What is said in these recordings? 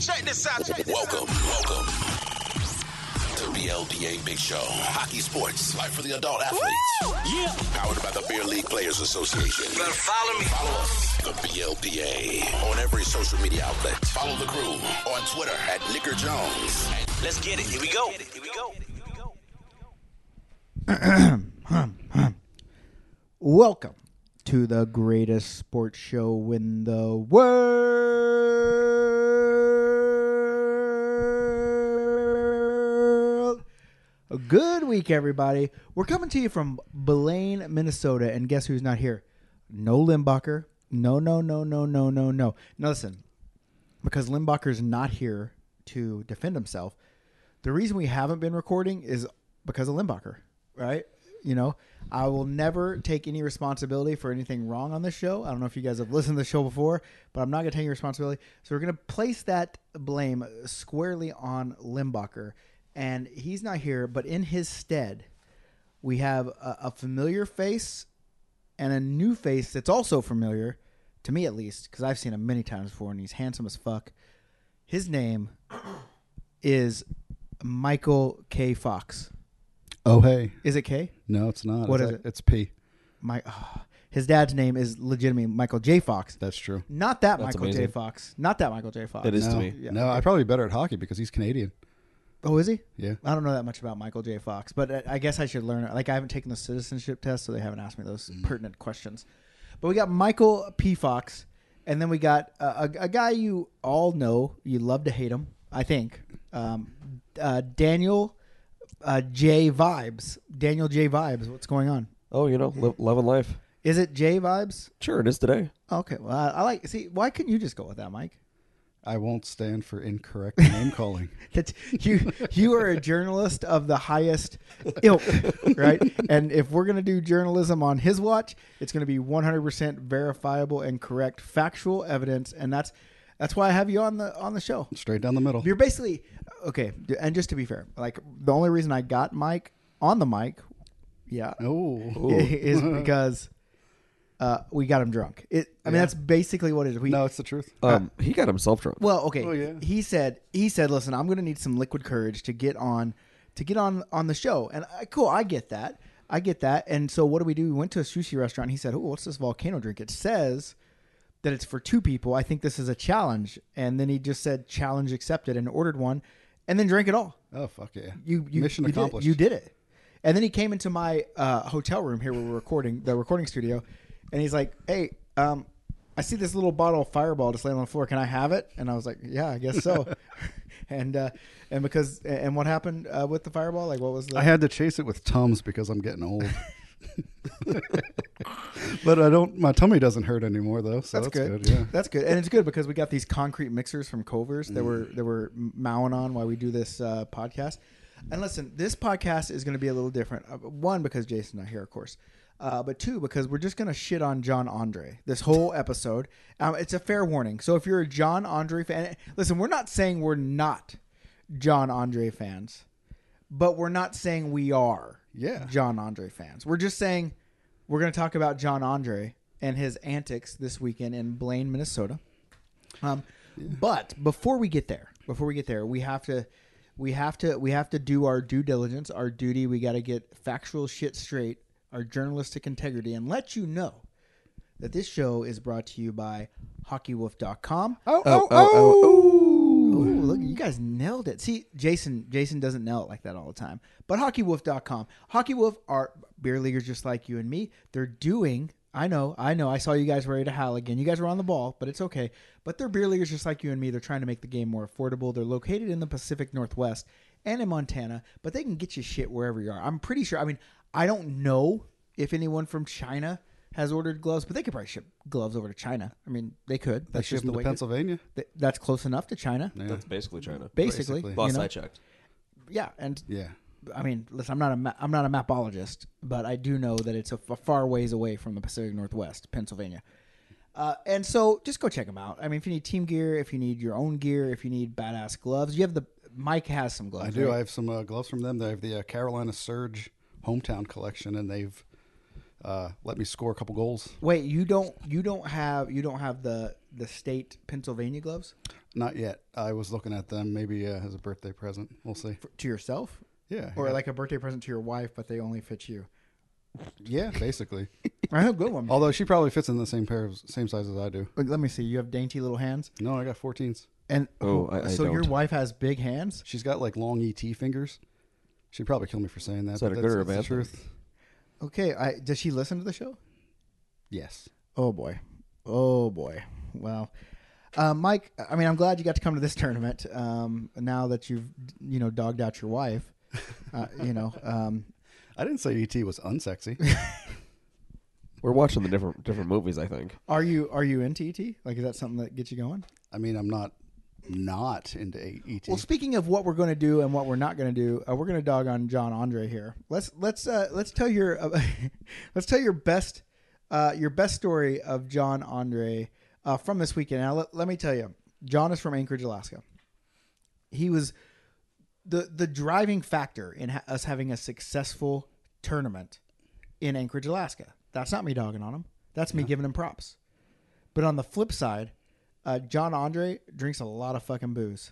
Check this out. Check this Welcome, welcome to BLPA Big Show. Hockey sports, life for the adult athletes. Yeah. Powered by the Beer League Players Association. Better follow me. Follow us, the BLPA, on every social media outlet. Follow the crew on Twitter at Nicker Jones. And Let's get it. Here we go. Here we go. Welcome to the greatest sports show in the world. Good week, everybody. We're coming to you from Blaine, Minnesota, and guess who's not here? No Limbacher. No, no, no, no, no, no, no. Now listen, because Limbacher's not here to defend himself, the reason we haven't been recording is because of Limbacher, right? You know, I will never take any responsibility for anything wrong on this show. I don't know if you guys have listened to the show before, but I'm not going to take any responsibility. So we're going to place that blame squarely on Limbacher. And he's not here, but in his stead, we have a, a familiar face and a new face that's also familiar, to me at least, because I've seen him many times before and he's handsome as fuck. His name is Michael K. Fox. Oh hey, Is it K? no, it's not. What it's, is it? It's P. My, oh, his dad's name is legitimately Michael J. Fox. That's true. Not that That's Michael J. amazing. Fox. Not that Michael J. Fox. That is- No, to me. Yeah. no, I'm probably better at hockey because he's Canadian. Oh, is he? Yeah. I don't know that much about Michael J. Fox, but uh, I- I guess I should learn. it. Like I haven't taken the citizenship test, so they haven't asked me those Mm. pertinent questions. But we got Michael P. Fox, and then we got uh, a, a guy you all know. You love to hate him, I think. Um, uh, Daniel uh, J. Vibes. Daniel J. Vibes. What's going on? Oh, you know, li- love and life. Is it J. Vibes? Sure, it is today. Okay. Well, I, I like. See, why couldn't you just go with that, Mike? I won't stand for incorrect name calling. That's you. You are a journalist of the highest ilk, right? And if we're gonna do journalism on his watch, it's gonna be 100% verifiable and correct factual evidence, and that's that's why I have you on the on the show. Straight down the middle. You're basically okay. And just to be fair, like the only reason I got Mike on the mic, yeah, Oh is because uh, we got him drunk. It. I mean, that's basically what it is. We no, it's the truth. Um, he got himself drunk. well, okay. Oh, yeah. He said he said, "Listen, I'm going to need some liquid courage to get on to get on on the show." And I, cool, I get that. I get that. And so what do we do? We went to a sushi restaurant. And he said, "Oh, what's this volcano drink?" It says that it's for two people. I think this is a challenge. And then he just said, "Challenge accepted," and ordered one, and then drank it all. oh fuck yeah. You, you mission you did- accomplished. you did it. And then he came into my uh, hotel room here where we're recording the recording studio, and he's like, "Hey, um, I see this little bottle of Fireball just laying on the floor. Can I have it?" And I was like, "Yeah, I guess so." and uh, and because and what happened uh, with the Fireball? Like, what was the? I had to chase it with tums because I'm getting old. but I don't. My tummy doesn't hurt anymore though, so that's, that's, good. Yeah. That's good, and it's good because we got these concrete mixers from Covers that were that were mowing on while we do this uh, podcast. And listen, this podcast is going to be a little different. Uh, One because Jason's not here, of course, uh, but two because we're just going to shit on John Andre this whole episode. Um, it's a fair warning. So if you're a John Andre fan, listen, we're not saying we're not John Andre fans, but we're not saying we are Yeah. John Andre fans. We're just saying we're going to talk about John Andre and his antics this weekend in Blaine, Minnesota. Um, But before we get there, before we get there, we have to, we have to, we have to do our due diligence, our duty. We got to get factual shit straight, our journalistic integrity, and let you know that this show is brought to you by HockeyWolf.com. Oh, Oh, oh, Ooh, look, you guys nailed it. See, Jason, Jason doesn't nail it like that all the time. But hockeywolf.com. Hockey Wolf are beer leaguers just like you and me. They're doing I know, I know. I saw you guys ready to howl again. You guys were on the ball, but it's okay. But they're beer leaguers just like you and me. They're trying to make the game more affordable. They're located in the Pacific Northwest and in Montana, but they can get you shit wherever you are. I'm pretty sure. I mean, I don't know if anyone from China has ordered gloves, but they could probably ship gloves over to China. I mean, they could. That's ship just the in way- Pennsylvania. th- That's close enough to China That's basically China. basically. Basically. you Last know? I checked. Yeah, and Yeah. I mean, listen, I'm not a ma- I'm not a mapologist, but I do know that it's a, f- a far ways away from the Pacific Northwest, Pennsylvania. Uh, and so, just go check them out. I mean, if you need team gear, if you need your own gear, if you need badass gloves, you have the Mike has some gloves. I do. I right? have some uh, gloves from them. They have the uh, Carolina Surge hometown collection, and they've uh, let me score a couple goals. Wait, you don't you don't have you don't have the the state Pennsylvania gloves? Not yet. I was looking at them maybe uh, as a birthday present. We'll see. to yourself, Yeah. or yeah. like a birthday present to your wife, but they only fit you. yeah, basically. I have a good one. Although she probably fits in the same pair of same size as I do. Like, let me see. You have dainty little hands, No, I got 14s. and Oh, I- I so your don't. wife has big hands. She's got like long ET fingers. She'd probably kill me for saying that. Is that but a good or a that's- bad that's the truth? Okay, I, does she listen to the show? Yes. Oh boy, oh boy. Well, uh, Mike, I mean, I'm glad you got to come to this tournament. Um, now that you've you know dogged out your wife, uh, you know. Um, I didn't say ET was unsexy. We're watching the different different movies. I think. Are you are you in TT? Like, is that something that gets you going? I mean, I'm not not into E A- ET. Well, speaking of what we're going to do and what we're not going to do, uh, we're going to dog on John Andre here. Let's let's uh, let's tell your uh, let's tell your best uh, your best story of John Andre uh, from this weekend. Now, let, let me tell you, John is from Anchorage, Alaska. He was the the driving factor in ha- us having a successful tournament in Anchorage, Alaska. That's not me dogging on him. That's me giving him props. But on the flip side, uh, John Andre drinks a lot of fucking booze.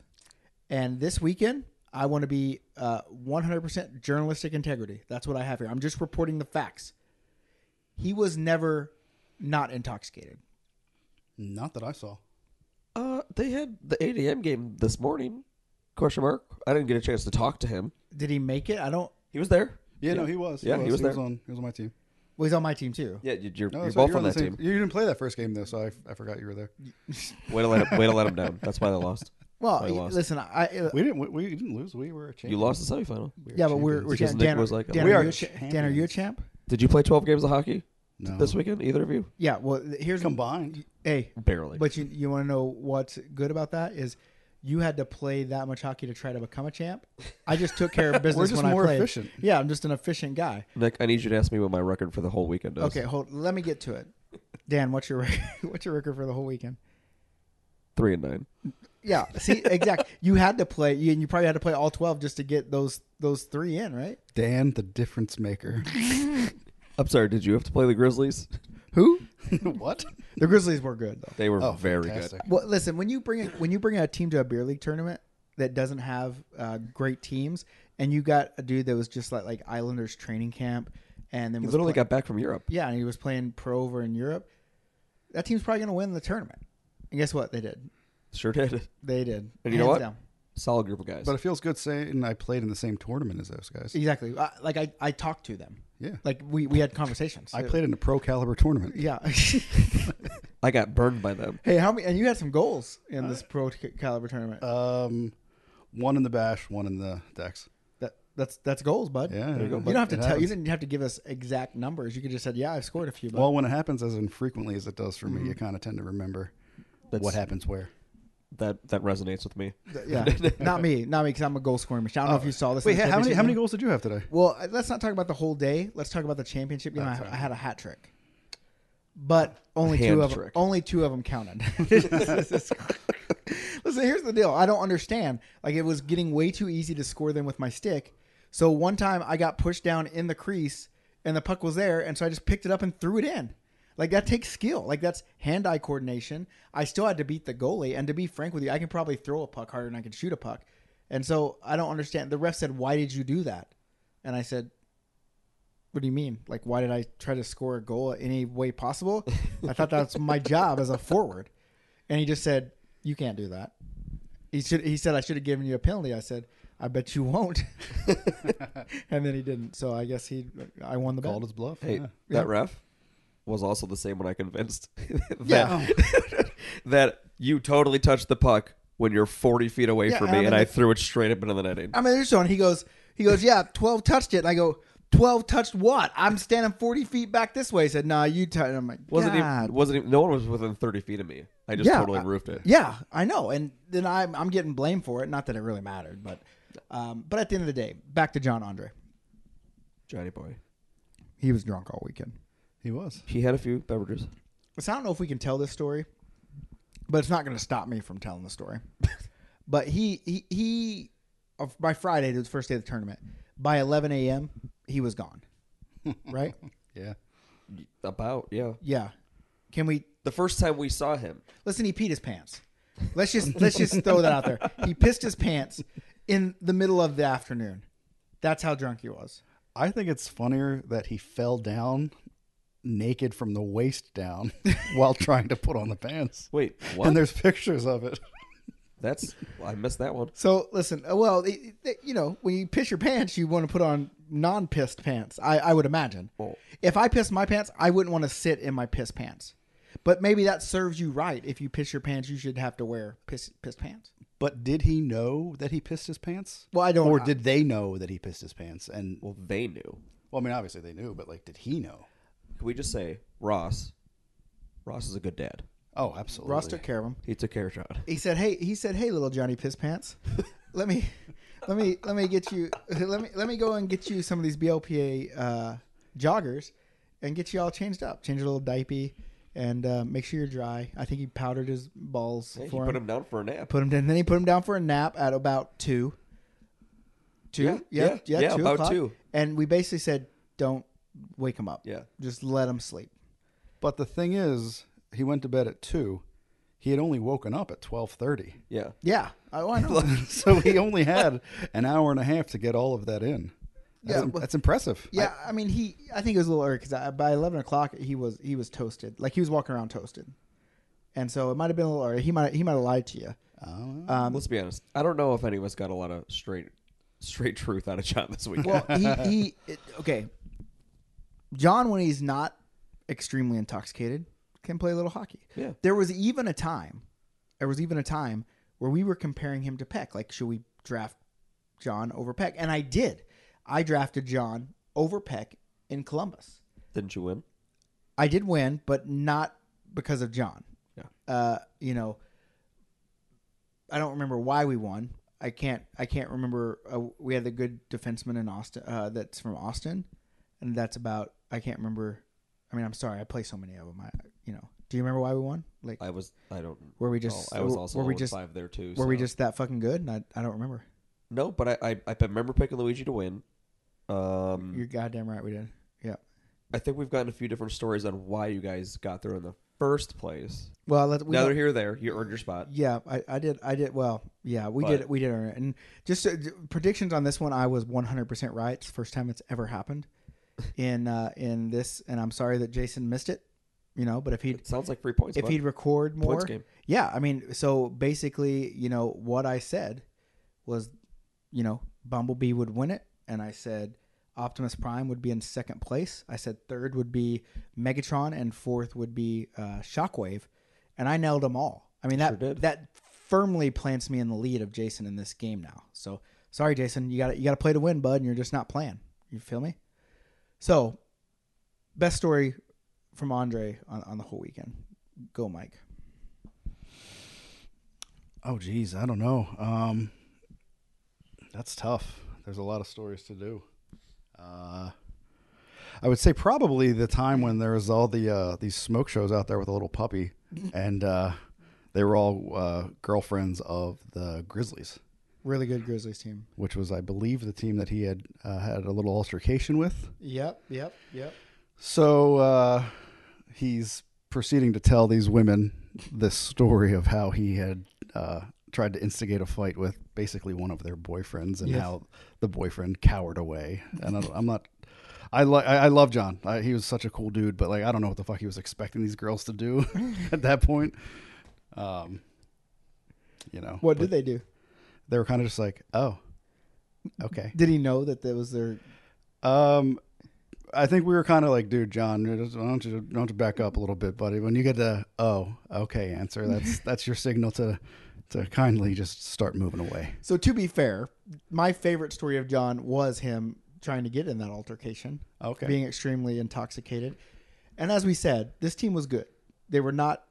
And this weekend, I want to be uh, 100% journalistic integrity. That's what I have here. I'm just reporting the facts. He was never not intoxicated. not that I saw. Uh, they had the ADM game this morning. Question mark. I didn't get a chance to talk to him. Did he make it? I don't. He was there. Yeah, no, he was. Yeah, he was he was there. on. He was on my team. Well, he's on my team too. Yeah, you- you're, No, you're that's right, both you're on that the same- team. Oh, You didn't play that first game though, so I, I forgot you were there. Way to let him, way to let him down. That's why they lost. Well, They lost. listen, I. uh, We didn't. We, we didn't lose. We were a champion. You lost the semifinal. yeah, but we're, we're Because Dan, Nick Dan, was like, Dan, "We are are you a cha- Dan, are you a champ? Did you play 12 games of hockey No. this weekend? Either of you? Yeah. Well, th- here's combined. Hey, Barely. But you you want to know what's good about that is you had to play that much hockey to try to become a champ. I just took care of business We're just when more I played. efficient. Yeah, I'm just an efficient guy. Nick, I need you to ask me what my record for the whole weekend is. Okay, hold. Let me get to it. Dan, what's your what's your record for the whole weekend? Three and nine. Yeah, see, exact. You had to play, you, and you probably had to play all twelve just to get those those three in, right? Dan, the difference maker. I'm sorry. Did you have to play the Grizzlies? Who? what? The Grizzlies were good though. They were Oh, very fantastic. good. Well, listen, when you bring a, when you bring a team to a beer league tournament that doesn't have uh, great teams, and you got a dude that was just like like Islanders training camp, and then He was literally play- got back from Europe. yeah, and he was playing pro over in Europe. That team's probably going to win the tournament, and guess what? They did. Sure did. They did. And you know Hands what? down. Solid group of guys. But it feels good saying I played in the same tournament as those guys. Exactly. I, like I, I talked to them. Yeah. Like we, we had conversations. I played in a pro caliber tournament. Yeah. I got burned by them. hey, how many? And you had some goals in Uh, this pro c- caliber tournament. Um, one in the bash, one in the dex. that that's that's goals, bud. Yeah, there you go, You bud. don't have to It tell. You happens. didn't have to give us exact numbers. You could just said, "Yeah, I've scored a few." Bud. Well, when it happens as infrequently as it does for me, you kind of tend to remember That's- what happens where. That that resonates with me. yeah, not me, not me, because I'm a goal scoring machine. I don't know if you saw this. in Wait, the how many championship how many game. goals did you have today? Well, uh, let's not talk about the whole day. Let's talk about the championship game. I, I had a hat trick, but only two Hand of 'em- trick. only two of them counted. Listen, here's the deal. I don't understand. Like it was getting way too easy to score them with my stick. So one time I got pushed down in the crease and the puck was there, and so I just picked it up and threw it in. Like that takes skill. Like that's hand-eye coordination. I still had to beat the goalie, and to be frank with you, I can probably throw a puck harder than I can shoot a puck. And so I don't understand. The ref said, "Why did you do that?" And I said, what do you mean? Like, why did I try to score a goal in any way possible? I thought that's my job as a forward. And he just said, you can't do that. He should. He said, I should have given you a penalty. I said, I bet you won't. and then he didn't. So I guess he, I won the Called ball. his bluff. Hey, yeah. that ref was also the same when I convinced that Yeah. that you totally touched the puck when you're 40 feet away Yeah, from and me, I'm and in I the- threw it straight up into the netting. I'm in the zone. He goes, he goes, yeah, 12 touched it. And I go, 12 touched what? I'm standing 40 feet back this way. He said, nah, you touched I'm like, wasn't God. even wasn't even no one was within 30 feet of me. I just totally I- roofed it. uh, Yeah, I know, and then I'm I'm getting blamed for it. Not that it really mattered, but um, but at the end of the day, back to John Andre. Johnny boy. He was drunk all weekend. he was. He had a few beverages. So I don't know if we can tell this story, but it's not going to stop me from telling the story. but he he he, of- by Friday, the first day of the tournament, by 11 a.m. he was gone. right? Yeah. About yeah. Yeah. Can we The first time we saw him, listen? He peed his pants. Let's just let's just throw that out there. He pissed his pants in the middle of the afternoon. That's how drunk he was. I think it's funnier that he fell down naked from the waist down while trying to put on the pants. Wait, what? And there's pictures of it. That's well, I missed that one. So listen, uh, well, it- it- you know, when you piss your pants, you want to put on non-pissed pants. I, I would imagine. If I pissed my pants, I wouldn't want to sit in my piss pants. But maybe that serves you right. If you piss your pants, you should have to wear piss pissed pants. But did he know that he pissed his pants? Well, I don't- Or did they know that he pissed his pants? And well, Well, they knew. I mean, obviously they knew, but like, did he know? Can we just say Ross? Ross is a good dad. Oh, absolutely. Ross took care of him. He took care of John. He said, "Hey, he said, hey, little Johnny piss pants, let me, let me, let me get you, let me, let me go and get you some of these BLPA uh, joggers, and get you all changed up, change a little diaper, and uh, make sure you're dry." I think he powdered his balls Hey, he for put him. him down for a nap. Put him down. Then he put him down for a nap at about two. Two. Yeah, yeah, yeah, about o'clock. two. And we basically said, "Don't wake him up. Yeah. just let him sleep." But the thing is, he went to bed at two. He had only woken up at twelve thirty, Yeah. Yeah, I, I know. so he only had an hour and a half to get all of that in. That's, Yeah, well- that's impressive. Yeah, I, mean, he. I think it was a little early because by eleven o'clock he was he was toasted. Like he was walking around toasted, and so it might have been a little early. He might he might have lied to you. Um, Let's be honest. I don't know if any of us got a lot of straight straight truth out of John this weekend. Well, he he. It, okay, John when he's not extremely intoxicated can play a little hockey. Yeah. There was even a time, there was even a time where we were comparing him to Peck. Like, should we draft John over Peck? And I did. I drafted John over Peck in Columbus. Didn't you win? I did win, but not because of John. Yeah. Uh, you know, I don't remember why we won. I can't. I can't remember. Uh, we had the good defenseman in Austin. Uh, that's from Austin, and that's about. I can't remember. I mean, I'm sorry. I play so many of them. I, you know. Do you remember why we won? Like, I was. I don't. were we just? I was were- also Were we oh and just? five there too. Were we so- just that fucking good? And I, I don't remember. No, but I, I I remember picking Luigi to win. Um, You're goddamn right. We did. Yeah. I think we've gotten a few different stories on why you guys got there in the first place. Well, let's. We now don't- they're here. There, you earned your spot. Yeah, I, I did. I did. Well, yeah, we But- did. We did earn it. And just uh, d- predictions on this one, I was 100% right. It's the first time it's ever happened in uh, in this. And I'm sorry that Jason missed it, you know, but if he'd, It sounds like three points. if bud. he'd record more. game. Yeah, I mean, so basically, you know, what I said was, you know, Bumblebee would win it. And I said Optimus Prime would be in second place. I said third would be Megatron and fourth would be uh, Shockwave. And I nailed them all. I mean, that, did. that firmly plants me in the lead of Jason in this game now. So sorry, Jason, you got you got to play to win, bud. And you're just not playing. You feel me? So best story from Andre on, on the whole weekend. Go, Mike. Oh, geez, I don't know. Um, that's tough. There's a lot of stories to do. Uh, I would say probably the time when there was all the uh, these smoke shows out there with a little puppy, and uh, they were all uh, girlfriends of the Grizzlies, Really good Grizzlies team. which was, I believe, the team that he had uh, had a little altercation with. Yep, yep, yep. So uh, he's proceeding to tell these women this story of how he had uh, tried to instigate a fight with basically one of their boyfriends, and Yes. how the boyfriend cowered away. And I don't- I'm not. I, lo- I I love John. I, he was such a cool dude, but like I don't know what the fuck he was expecting these girls to do at that point. Um, you know, What did they do? they were kind of just like, oh, okay. Did he know that that was their? Um, I think we were kind of like, dude, John, why don't you why don't you back up a little bit, buddy? When you get the oh, okay answer, that's that's your signal to to kindly just start moving away. So to be fair, my favorite story of John was him trying to get in that altercation. Okay. being extremely intoxicated, and as we said, this team was good. They were not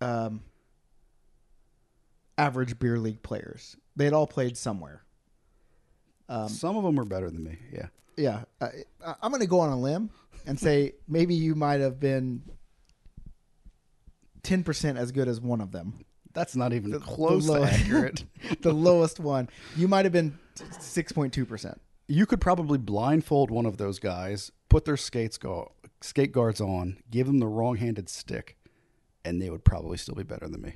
um, average beer league players. They had all played somewhere. Some of them were better than me. Yeah. yeah, I, I- I'm going to go on a limb and say maybe you might have been 10% as good as one of them. That's not even close the to low- accurate. The lowest one. You might have been 6.2%. you could probably blindfold one of those guys, put their skates go skate guards on, give them the wrong-handed stick, and they would probably still be better than me.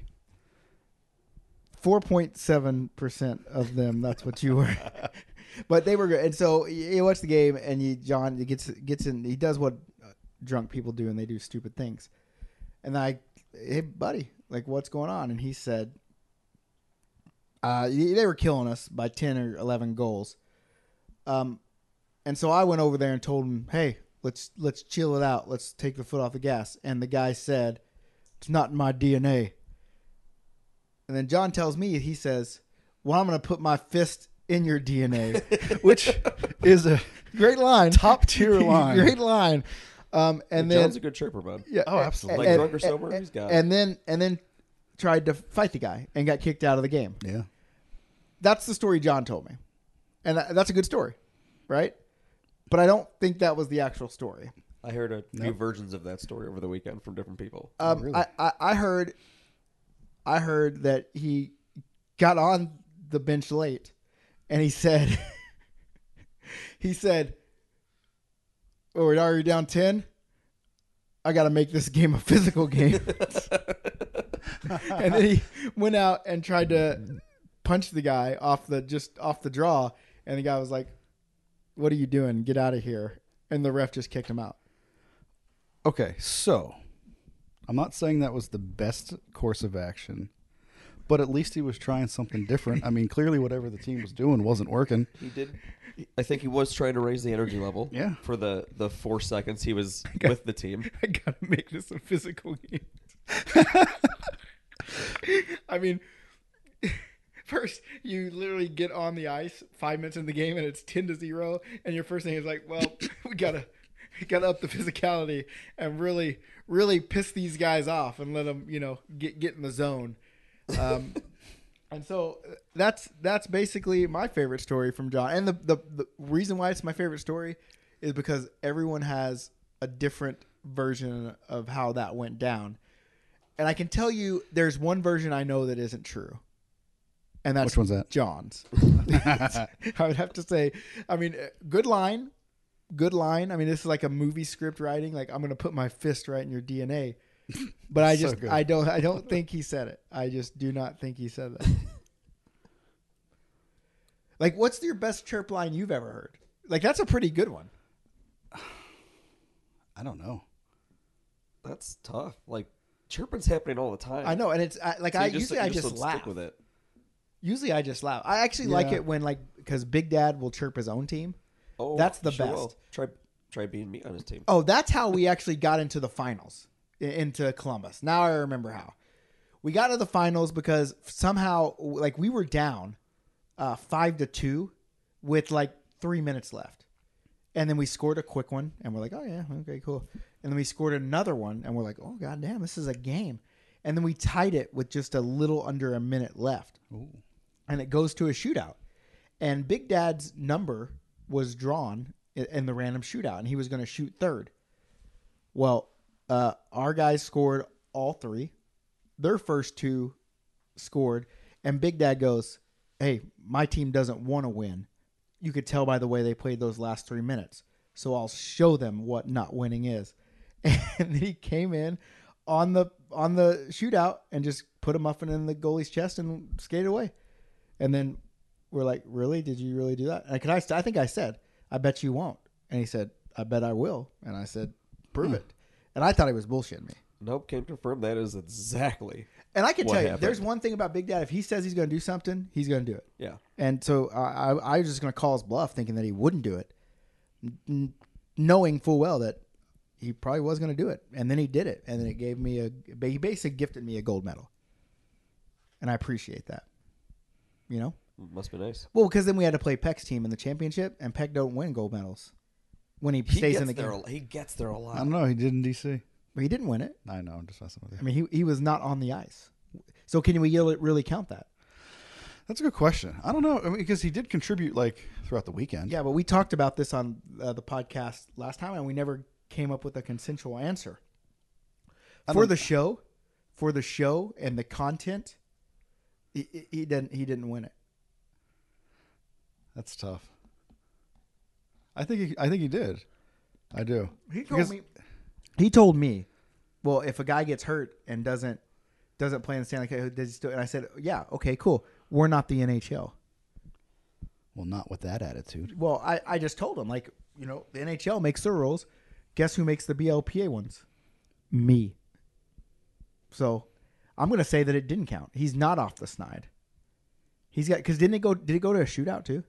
4.7% of them that's what you were but they were good and so you you watch the game and you john he gets gets in he does what uh, drunk people do and they do stupid things and i hey buddy like what's going on and he said uh, y- they were killing us by 10 or 11 goals um, and so i went over there and told him hey let's let's chill it out let's take the foot off the gas and the guy said it's not in my dna and then John tells me, he says, Well, I'm going to put my fist in your DNA. which is a Great line. Top tier line. Great line. Um, and then. John's a good chirper, bud. yeah, Oh, absolutely. Like and- drunk or sober, he's got it. And then, and then tried to fight the guy and got kicked out of the game. yeah. That's the story John told me. And that- that's a good story, right? But I don't think that was the actual story. I heard a few versions of that story over the weekend from different people. Um, I, I, I heard, I heard that he got on the bench late, and he said, he said, "Oh, we're already down ten. I got to make this game a physical game." and then he went out and tried to punch the guy off the just off the draw, and the guy was like, "What are you doing? Get out of here!" And the ref just kicked him out. Okay, so I'm not saying that was the best course of action, but at least he was trying something different. I mean, clearly whatever the team was doing wasn't working. He did. I think he was trying to raise the energy level. Yeah. For the the four seconds he was with the team. I gotta make this a physical game. I mean, first you literally get on the ice five minutes in the game and it's ten to zero, and your first thing is like, well, we gotta, we gotta up the physicality and really, really piss these guys off and let them, you know, get get in the zone. Um, and so uh, that's that's basically my favorite story from John. And the, the the reason why it's my favorite story is because everyone has a different version of how that went down. And I can tell you there's one version I know that isn't true. And that's Which one's that? John's. I would have to say, I mean, uh, good line. Good line. I mean, this is like a movie script writing. Like, I'm going to put my fist right in your DNA. But I So just, good. I don't, I don't think he said it. I just do not think he said that. like, what's your best chirp line you've ever heard? Like, that's a pretty good one. I don't know. That's tough. Like chirping's happening all the time. I know, and it's I, like So I you just- usually you I just, don't laugh. Stick with it. Usually I just laugh. I actually like Yeah. it when like because Big Dad will chirp his own team. Oh, That's the best. will. Try try being me on his team. Oh, that's how we actually got into the finals i- into Columbus. Now I remember how. We got to the finals because somehow like we were down uh 5 to 2 with like 3 minutes left. And then we scored a quick one and we're like, "Oh yeah, okay, cool." And then we scored another one and we're like, "Oh god damn, this is a game." And then we tied it with just a little under a minute left. And it goes to a shootout and Big Dad's number was drawn i- in the random shootout, and he was going to shoot third. Well, uh, our guys scored all three. Their first two scored, and Big Dad goes, "Hey, my team doesn't want to win. You could tell by the way they played those last three minutes. So I'll show them what not winning is." And then he came in on the on the shootout and just put a muffin in the goalie's chest and skated away. And then we're like, "Really? Did you really do that?" And I, can I, I think I said, "I bet you won't." And he said, "I bet I will." And I said, "Prove Hmm. it." And I thought he was bullshitting me. Nope, can confirm that is exactly. And I can What tell you, happened? there's one thing about Big Dad. If he says he's going to do something, he's going to do it. Yeah. And so I, I, I was just going to call his bluff, thinking that he wouldn't do it, n- knowing full well that he probably was going to do it. And then he did it, and then it gave me a. ba- He basically gifted me a gold medal, and I appreciate that. You know, Must be nice. well, because then we had to play Peck's team in the championship, and Peck don't win gold medals when he, He stays gets in the there game. a- he gets there a I lot. don't know. He did in DC. But he didn't win it. I know. I'm just messing with I you. mean, he he was not on the ice. So can we really- really count that? That's a good question. I don't know I mean, because he did contribute like throughout the weekend. Yeah, but we talked about this on uh, the podcast last time, and we never came up with a consensual answer for the show. For the show and the content, he, he- he didn't. He didn't win it. That's tough. I think he, I think he did. I do. He told Because- me. He told me. Well, if a guy gets hurt and doesn't doesn't play in the Stanley Cup. Does he still? And I said, yeah, okay, cool. We're not the NHL. Well, not with that attitude. Well, I, I just told him like you know the NHL makes the rules. Guess who makes the BLPA ones? Me. So, I'm gonna say that it didn't count. He's not off the snide. He's got because didn't it go? Did it go to a shootout too?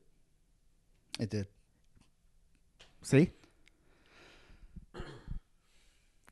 It did. See?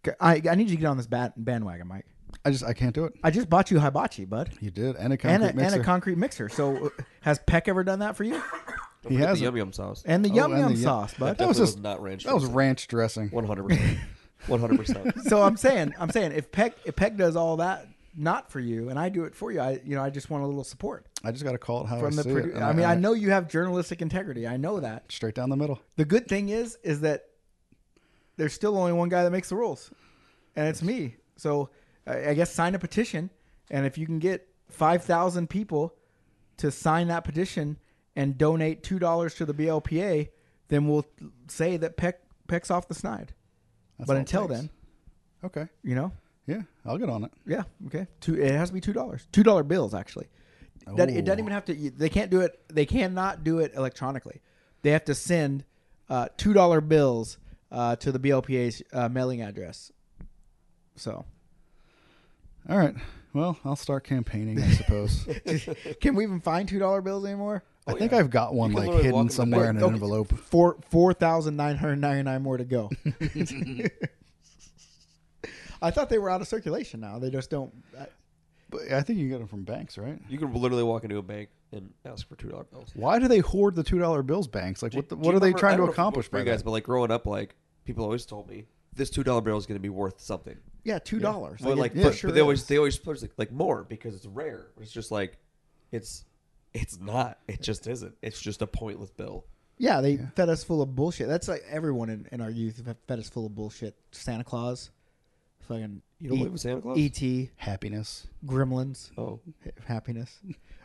K- I, I need you to get on this bat, bandwagon, Mike. I just I can't do it. I just bought you a hibachi, bud. You did, and a And concrete a, and mixer. a concrete mixer. So uh, has Peck ever done that for you? he Forget has the it. yum yum sauce. And the yum Oh, and yum the yum- sauce, bud. That was Definitely just not ranch. That was ranch dressing. One hundred percent. One hundred percent. so I'm saying, I'm saying, if Peck if Peck does all that not for you, and I do it for you, I you know I just want a little support I just got to call it how from I the see it. producer. and I mean, I know you have journalistic integrity. I know that. straight down the middle. The good thing is, is that there's still only one guy that makes the rules, and it's me. So I I guess sign a petition, and if you can get five thousand people to sign that petition and donate two dollars to the BLPA, then we'll say that Peck Peck's off the snide. That's but all it until takes. then, okay, you know, yeah, I'll get on it. yeah, okay. Two, it has to be two dollars, two dollar bills actually. That, it doesn't Oh. even have to. They can't do it. They cannot do it electronically. They have to send uh, two dollar bills uh, to the BLPA's uh, mailing address. So, All right. Well, I'll start campaigning, I suppose. can we even find two dollar bills anymore? Oh, I think I've got one can like literally walk in hidden the somewhere in an Okay. envelope. Four four thousand nine hundred ninety nine more to go. I thought they were out of circulation now. They just don't. uh, I, But I think you get them from banks, right? You can literally walk into a bank and ask for two dollar bills. Why do they hoard the two dollar bills? Banks like what? The, Do what you are they remember- I trying don't to know if it accomplish worked for by you guys? that? But like growing up, like people always told me this two dollar bill is going to be worth something. yeah, two dollars. But like, but, but they always they always push like, like more because it's rare. It's just like, it's it's not. It just isn't. It's just a pointless bill. Yeah, they fed us full of bullshit. That's like everyone in, in our youth have fed us full of bullshit. Santa Claus, fucking You don't believe in E Santa Claus? E.T., Happiness. E Gremlins, Oh, happiness.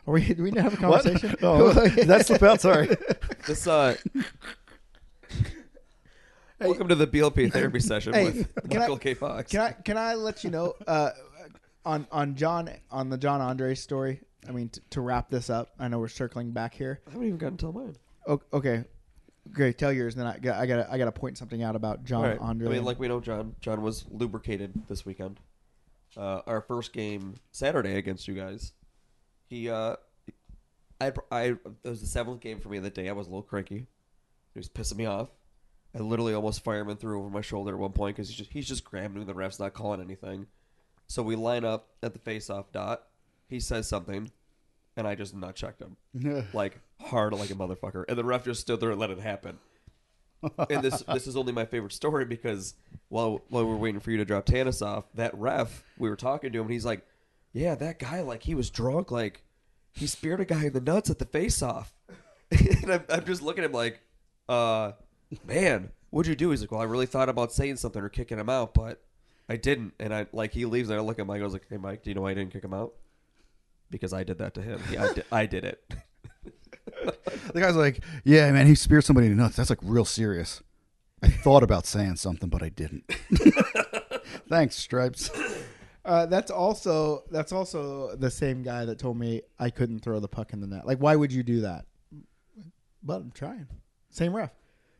Are we? Do we not have a What? conversation? Oh, that's the belt. Sorry. this uh. Welcome to the BLP therapy session Hey, with can I- Michael K. Fox. Can I can I let you know uh, on on John on the John Andre story? I mean, t- to wrap this up, I know we're circling back here. I haven't even gotten to tell mine. O- okay, great. Tell yours, and then I got I got I got to point something out about John All right. Andre. I mean, like we know, John. John was lubricated this weekend. Uh, our first game Saturday against you guys. He, uh, I, I, it was the seventh game for me that day. I was a little cranky. He was pissing me off. I literally almost fireman threw over my shoulder at one point because he's just he's just grabbing me. The ref's not calling anything. So we line up at the face-off dot. He says something, and I just not checked him like hard like a motherfucker. And the ref just stood there and let it happen and this this is only my favorite story because while while we were waiting for you to drop Tanis off, that ref we were talking to him, and he's like, "Yeah, that guy, like he was drunk, like he speared a guy in the nuts at the face off." and I'm, I'm just looking at him like, "Uh, man, what'd you do?" He's like, "Well, I really thought about saying something or kicking him out, but I didn't." And I like he leaves, and I look at Mike. I was like, "Hey, Mike, do you know why I didn't kick him out?" Because I did that to him. Yeah, I did, I did it. The guy's like, "Yeah, man, he speared somebody in the nuts. That's like real serious." I thought about saying something, but I didn't. Thanks, stripes. Uh, that's also that's also the same guy that told me I couldn't throw the puck in the net. Like, why would you do that? But I'm trying. Same ref,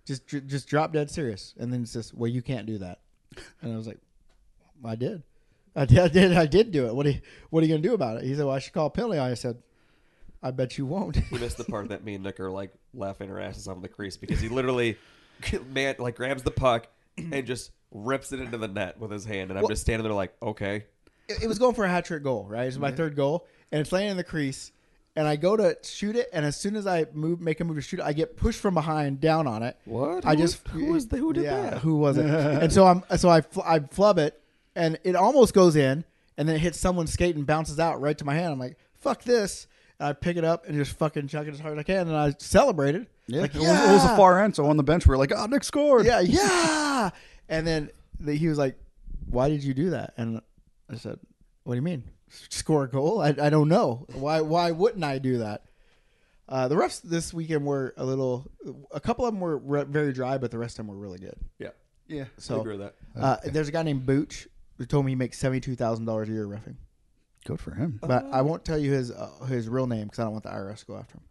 just dr- just drop dead serious, and then it's just well, you can't do that. And I was like, I did, I did, I did, I did do it. What are you, what are you gonna do about it? He said, well, I should call Pilly. I said, I bet you won't. We missed the part that me and Nick are like laughing our asses off in the crease because he literally, man, like grabs the puck and just rips it into the net with his hand, and I'm just standing there like, okay, it, it was going for a hat trick goal, right? It's my third goal, and it's laying in the crease. And I go to shoot it, and as soon as I move, make a move to shoot it, I get pushed from behind down on it. What? I Who just was- who was the- who did yeah, that? Who was it? and so I'm so I fl- I flub it, and it almost goes in, and then it hits someone's skate and bounces out right to my hand. I'm like, fuck this. And I pick it up and just fucking chuck it as hard as I can, and I celebrated. Yeah. Like, It, was, it was "Yeah!" a far end, so on the bench we are like, "Oh, Nick scored." yeah, yeah. And then the, he was like, "Why did you do that?" And I said, "What do you mean? Score a goal? I, I don't know. Why why wouldn't I do that?" Uh, the refs this weekend were a little, a couple of them were re- very dry, but the rest of them were really good. yeah, yeah. I So agree with that. Uh, there's a guy named Booch who told me he makes seventy two thousand dollars a year refing. Good for him. but I won't tell you his uh, his real name because I don't want the IRS to go after him.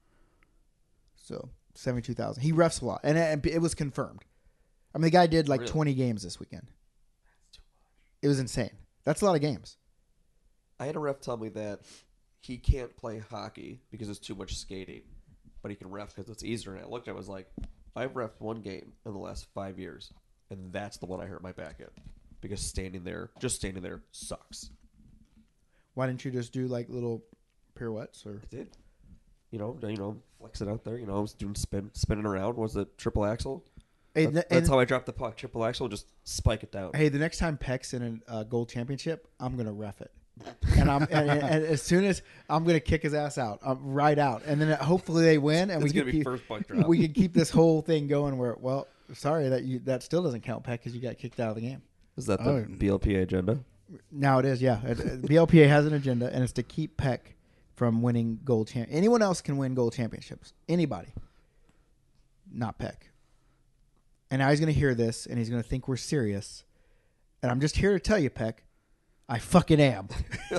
So seventy two thousand. He refs a lot, and it, it was confirmed. I mean, the guy did like Really? twenty games this weekend. It was insane. That's a lot of games. I had a ref tell me that he can't play hockey because it's too much skating, but he can ref because it's easier. And I looked at it, I was like, I've refed one game in the last five years, and that's the one I hurt my back in because standing there, just standing there, sucks. Why didn't you just do like little pirouettes or I did, you know, you know, flex it out there. You know, I was doing spin, spinning around. Was it triple axel? Hey, That- the- that's and- how I dropped the puck. Triple axel, just spike it down. hey, the next time Peck's in a uh, gold championship, I'm gonna ref it, and I'm and, and, and as soon as I'm gonna kick his ass out, um, right out, and then hopefully they win, and It's we gonna can be keep, first puck drop. we can keep this whole thing going. Where well, sorry that you that still doesn't count, Peck, because you got kicked out of the game. Is that the Oh. BLPA agenda? Now it is, yeah. It- it- BLPA has an agenda, and it's to keep Peck from winning gold champ. Anyone else can win gold championships. Anybody, not Peck. And now he's going to hear this, and he's going to think we're serious. And I'm just here to tell you, Peck, I fucking am.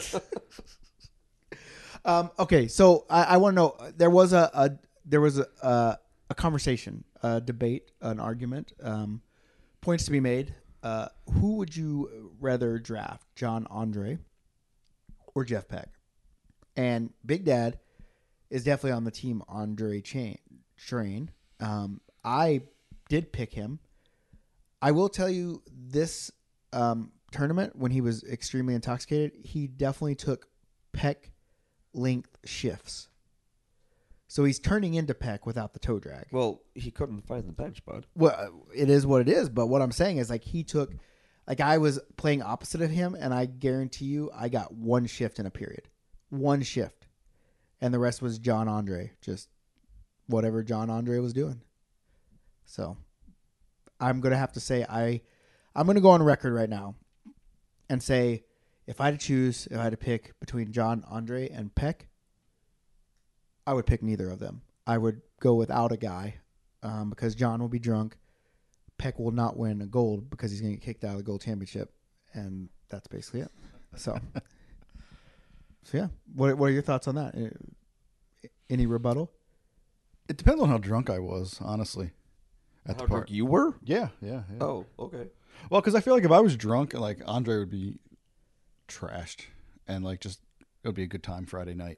um, okay, so I, I want to know. uh, There was a, a there was a, a a conversation, a debate, an argument. Um, points to be made. Uh, who would you rather draft, John Andre or Jeff Peck? And Big Dad is definitely on the team Andre chain, train. Um, I did pick him. I will tell you this um, tournament when he was extremely intoxicated, he definitely took Peck length shifts. So he's turning into Peck without the toe drag Well, he couldn't find the bench, bud. well it is what it is but what i'm saying is like he took like i was playing opposite of him and i guarantee you i got one shift in a period one shift and the rest was john andre just whatever john andre was doing so i'm gonna have to say i i'm gonna go on record right now and say if i had to choose if i had to pick between john andre and peck i would pick neither of them i would go without a guy um, because John will be drunk. Peck will not win a gold because he's going to get kicked out of the gold championship, and that's basically it. So, so yeah. What What are your thoughts on that? Uh, Any rebuttal? It depends on how drunk I was, honestly. At How the park. drunk you were? Yeah, yeah, yeah. Oh, okay. Well, because I feel like if I was drunk, like Andre would be trashed, and like just it would be a good time Friday night.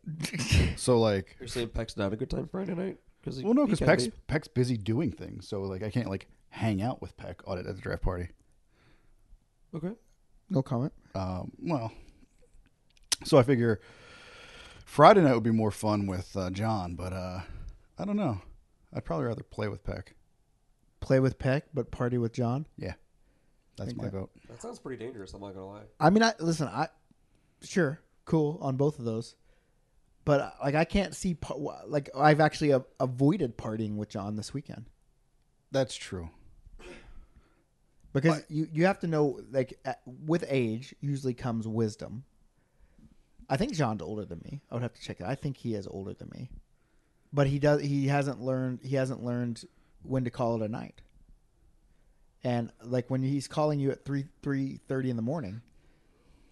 so like, You're saying Peck's not a good time Friday night? Cause he, well, no, he because can Peck's be. Peck's busy doing things, so like I can't like hang out with Peck on it at the draft party. Okay. No comment. Um, well, so I figure Friday night would be more fun with uh, John, but uh, I don't know. I'd probably rather play with Peck. Play with Peck, but party with John. Yeah, that's my vote. That sounds pretty dangerous. I'm not gonna lie. I mean, I listen. I sure cool on both of those, but uh, like I can't see par- wh- like I've actually a- avoided partying with John this weekend. That's true. because you you have to know like at, with age usually comes wisdom. I think John's older than me. I would have to check it. I think he is older than me, but he does he hasn't learned he hasn't learned when to call it a night. And like when he's calling you at three three thirty in the morning,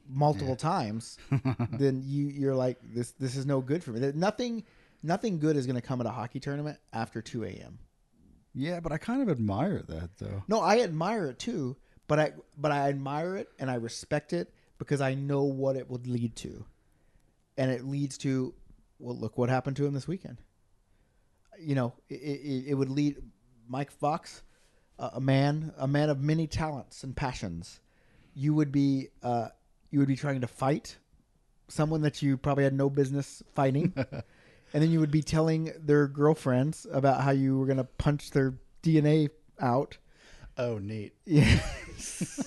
multiple times, then you you're like this this is no good for me. There- Nothing nothing good is going to come at a hockey tournament after two a.m. Yeah, but I kind of admire that though. No, I admire it too, but I but I admire it and I respect it because I know what it would lead to. And it leads to well, look what happened to him this weekend. You know, it, it, it would lead Mike Fox, a a man, a man of many talents and passions. You would be uh, you would be trying to fight someone that you probably had no business fighting. and then you would be telling their girlfriends about how you were going to punch their DNA out. Oh, neat. Yes.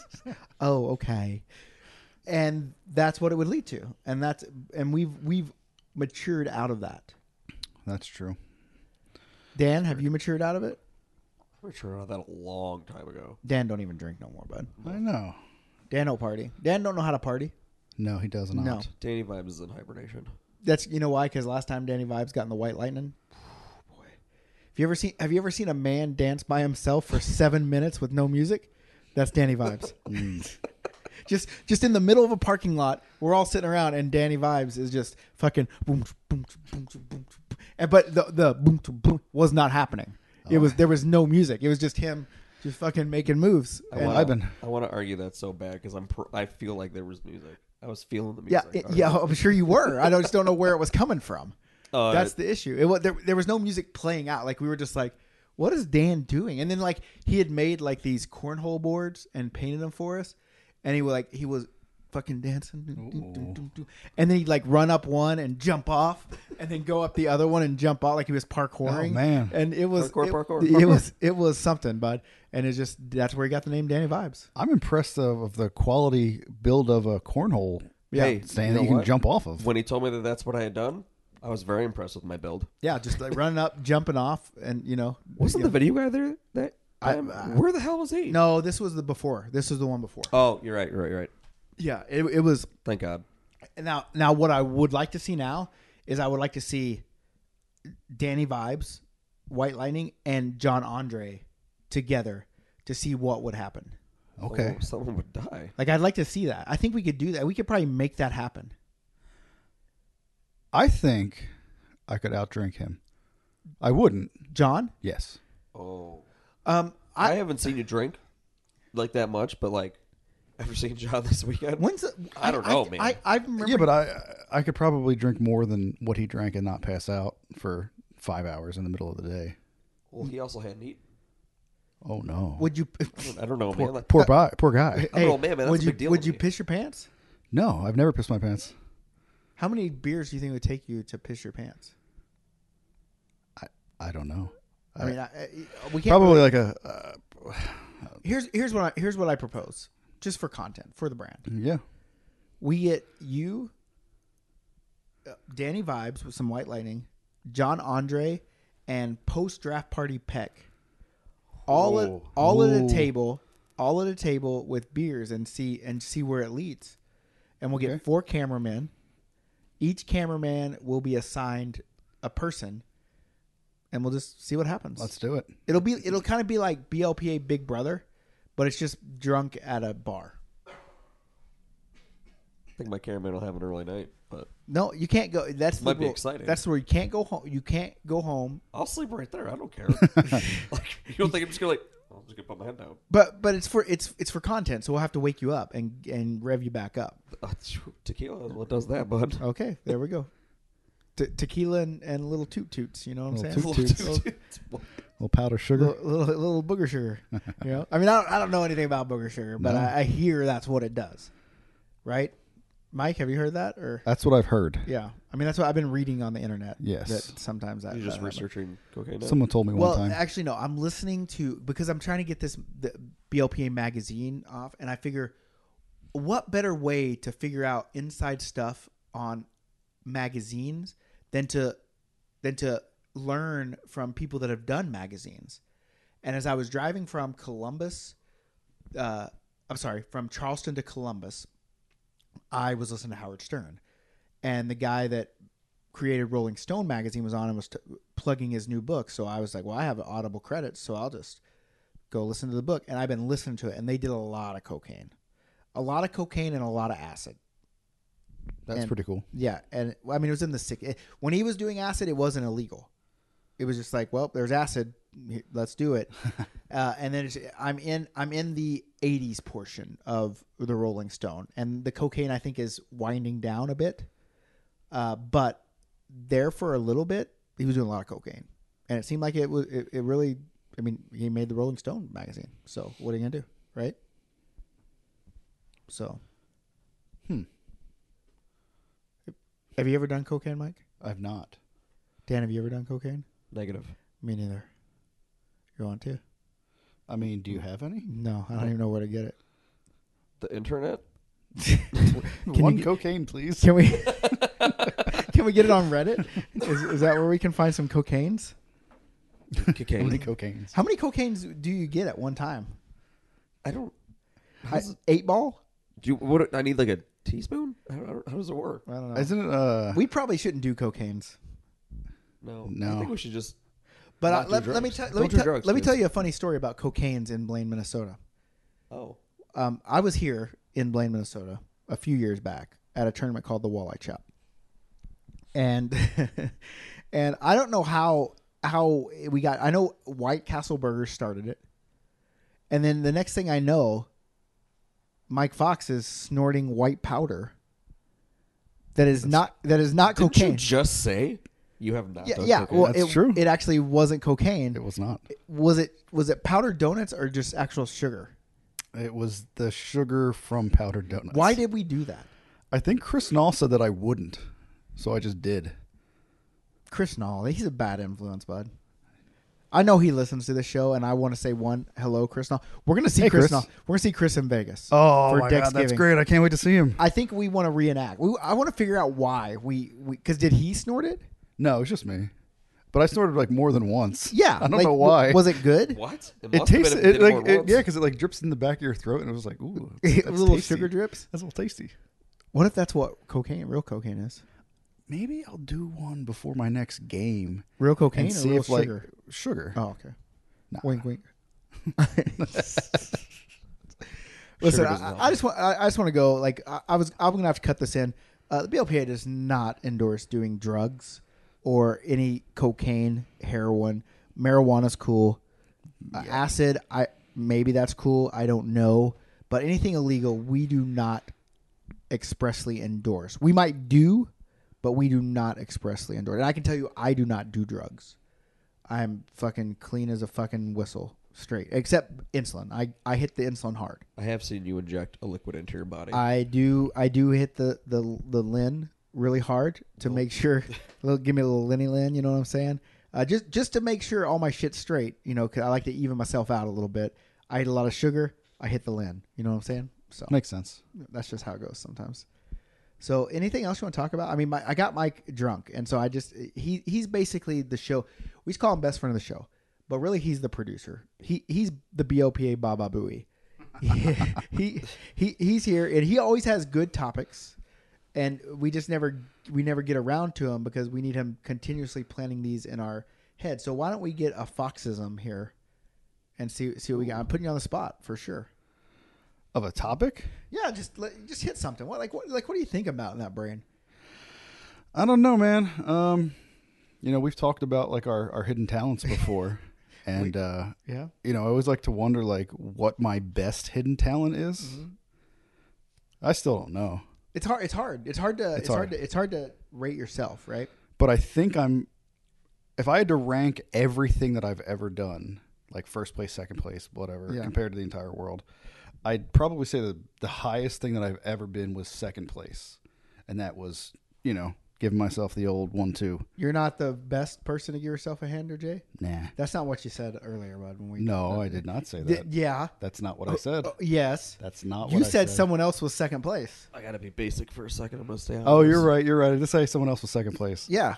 oh, okay. And that's what it would lead to. And that's and we've we've matured out of that. That's true. Dan, have you matured out of it? I matured out of that a long time ago. Dan don't even drink no more, bud. I know. Dan don't party. Dan don't know how to party. No, he does not. No. Danny Vibes is in hibernation. That's you know why? Because last time Danny Vibes got in the White Lightning. Boy. Have you ever seen Have you ever seen a man dance by himself for seven minutes with no music? That's Danny Vibes. just just in the middle of a parking lot. We're all sitting around, and Danny Vibes is just fucking boom, tch, boom, tch, boom, tch, boom, tch, boom. And, but the the boom, tch, boom was not happening. It was there was no music. It was just him just fucking making moves. And- I've been. I want to argue that so bad because I'm. Pr- I feel like there was music. I was feeling the yeah, music. it- yeah, I'm sure you were. I don't, just don't know where it was coming from. Uh, That's the issue. It was there, there was no music playing out. Like we were just like, what is Dan doing? And then like he had made like these cornhole boards and painted them for us, and he was like he was fucking dancing, Doom, doom, doom, doom, doom. and then he'd like run up one and jump off, and then go up the other one and jump off like he was parkouring. Oh, man. and it was Parkour, it, parkour, it parkour. was it was something, bud. And it's just that's where he got the name Danny Vibes. I'm impressed of, of the quality build of a cornhole Yeah. Hey, stand that you know you can what? jump off of. When he told me that that's what I had done, I was very impressed with my build. Yeah, just like running up, jumping off, and you know Wasn't the video guy there that? time? where the hell was he? No, this was the before. This was the one before. Oh, you're right. You're right. You're right. Yeah, it, it was. Thank God. Now, now, what I would like to see now is I would like to see Danny Vibes, White Lightning, and John Andre together to see what would happen. Okay. Oh, someone would die. Like, I'd like to see that. I think we could do that. We could probably make that happen. I think I could outdrink him. I wouldn't. John, Yes. Oh, um, I, I haven't seen you drink like that much, but like, ever seen John this weekend? when's the, I don't know, I, man. I, I remember. Yeah, but I I could probably drink more than what he drank and not pass out for five hours in the middle of the day. Well, he also hadn't eaten. Oh no. would you? I don't know, man. Like, poor guy. Poor guy. I'm an old man, man. That's would a you big deal would to you me. piss your pants? No, I've never pissed my pants. How many beers do you think it would take you to piss your pants? I don't know. I mean, I, I, we can't Probably like a uh, here's here's what I, here's what I propose, just for content for the brand. yeah. We get you, uh, Danny Vibes with some white lightning, John Andre, and post draft party Peck, all at, all at a table, all at a table with beers and see and see where it leads, and we'll get Okay. four cameramen. Each cameraman will be assigned a person, and we'll just see what happens. Let's do it. It'll be it'll kind of be like BLPA Big Brother, but it's just drunk at a bar. I think my cameraman will have an early night, but No, you can't go. That's the Might be rule. exciting. That's where you can't go home. You can't go home. I'll sleep right there. I don't care. like, you don't think I'm just gonna like? I'm just gonna put my head down. But but it's for it's it's for content, so we'll have to wake you up and and rev you back up. Uh, phew, tequila is what does that, bud? Okay, there we go. Te- tequila and, and little toot toots. You know what I'm saying? Little toot Little, little powder sugar. little, little booger sugar. You know. I mean, I don't, I don't know anything about booger sugar, but I, I hear that's what it does. Right, Mike? Have you heard that or? That's what I've heard. Yeah, I mean that's what I've been reading on the internet. Yes. that sometimes that You're just that happens. researching cocaine. now? Someone told me Well, one time. actually, no. I'm listening to because I'm trying to get this the BLPA magazine off, and I figure, what better way to figure out inside stuff on magazines than to than to learn from people that have done magazines. And as I was driving from Columbus, uh, I'm sorry, from Charleston to Columbus, I was listening to Howard Stern, and the guy that created Rolling Stone magazine was on and was t- plugging his new book. So I was like, well, I have Audible credits, so I'll just go listen to the book. And I've been listening to it, and they did a lot of cocaine, a lot of cocaine and a lot of acid. That's and- pretty cool. Yeah, and I mean, it was in the sick. It, when he was doing acid, it wasn't illegal. It was just like, well, there's acid, he- let's do it. uh, and then it's, I'm in, I'm in the '80s portion of the Rolling Stone, and the cocaine I think is winding down a bit. Uh, but there for a little bit, he was doing a lot of cocaine, and it seemed like it was, it, it really. I mean, he made the Rolling Stone magazine, so what are you gonna do, right? So, have you ever done cocaine, Mike? I've not. Dan, have you ever done cocaine? Negative. Me neither. You want to? I mean, do you have any? No, I don't even know where to get it. The internet. one you- cocaine, please. Can we? can we get it on Reddit? Is, is that where we can find some cocaines? How many Cocaine. cocaines? How many cocaines do you get at one time? I don't. I, eight ball? Do you, what? I need like a teaspoon. How, how, how does it work? I don't know. Isn't it? Uh, We probably shouldn't do cocaines. No. I No. think we should just. But Not I, do let, let me drugs. tell let Don't me, do tell- drugs, let me please. tell you a funny story about cocaines in Blaine, Minnesota. Oh. um, I was here in Blaine, Minnesota, a few years back at a tournament called the Walleye Chop, and and I don't know how how we got. I know White Castle Burgers started it, and then the next thing I know, Mike Fox is snorting white powder. That is not that is not Didn't cocaine. you just say you have not yeah, done yeah. cocaine? Well, That's it, true. It actually wasn't cocaine. It was not. was it was it powdered donuts or just actual sugar? It was the sugar from powdered donuts. Why did we do that? I think Chris Nall said that I wouldn't, so I just did. Chris Knoll, he's a bad influence, bud. I know he listens to the show, and I want to say one hello, Chris Knoll. We're gonna see Hey, Chris, Chris. Knoll. We're gonna see Chris in Vegas. Oh for my god, that's Thanksgiving. great! I can't wait to see him. I think we want to reenact. We, I want to figure out why we because did he snort it? No, it's just me. But I snorted like more than once. Yeah, I don't like, know w- why. Was it good? what? It must have tastes been if it, you did like more it, yeah, once. because it like drips in the back of your throat, and it was like ooh, that's Little tasty. sugar drips. That's a little tasty. What if that's what cocaine, real cocaine is? Maybe I'll do one before my next game Real cocaine and or see real if like sugar? sugar. Oh, okay. Nah. Wink, wink. Listen, doesn't I, help. I just want I, I just want to go. Like I, I was, I'm gonna have to cut this in. Uh, the BLPA does not endorse doing drugs or any cocaine, heroin. Marijuana's cool. Uh, acid, I maybe that's cool. I don't know, but anything illegal, we do not expressly endorse. We might do, but we do not expressly endorse. And I can tell you, I do not do drugs. I'm fucking clean as a fucking whistle, straight. Except insulin. I, I hit the insulin hard. I have seen you inject a liquid into your body. I do I do hit the the the lin really hard to make sure. Little, give me a little linny lin. You know what I'm saying? Uh, just just to make sure all my shit's straight. You know, 'cause I like to even myself out a little bit. I eat a lot of sugar. I hit the lin. You know what I'm saying? So Makes sense. that's just how it goes sometimes. So, anything else you want to talk about? I mean, my, I got Mike drunk, and so I just he he's basically the show. We just call him best friend of the show, but really he's the producer. He he's the BOPA Baba Booey. he, he he he's here, and he always has good topics, and we just never we never get around to him because we need him continuously planning these in our head. So why don't we get a foxism here, and see see what we got? I'm putting you on the spot for sure. Of a topic? Yeah, just let, just hit something. What like what like what do you think about in that brain? I don't know, man. Um, you know, we've talked about like our, our hidden talents before, and uh, Yeah. you know, I always like to wonder like what my best hidden talent is. I still don't know, It's hard it's hard. It's hard to it's, hard. hard. to it's hard to rate yourself, right? but I think I'm. If I had to rank everything that I've ever done, like first place, second place, whatever, Yeah. compared to the entire world, I'd probably say that the highest thing that I've ever been was second place, and that was you know giving myself the old one two. You're not the best person to give yourself a hand or Jay. Nah, That's not what you said earlier, bud. When we no, I did not say Th- that. yeah. That's not what I said. Yes. That's not what Oh, You I said someone else was second place. I gotta be basic for a second. I'm gonna stay. on Oh, this. you're right. You're right. I did say someone else was second place. Yeah.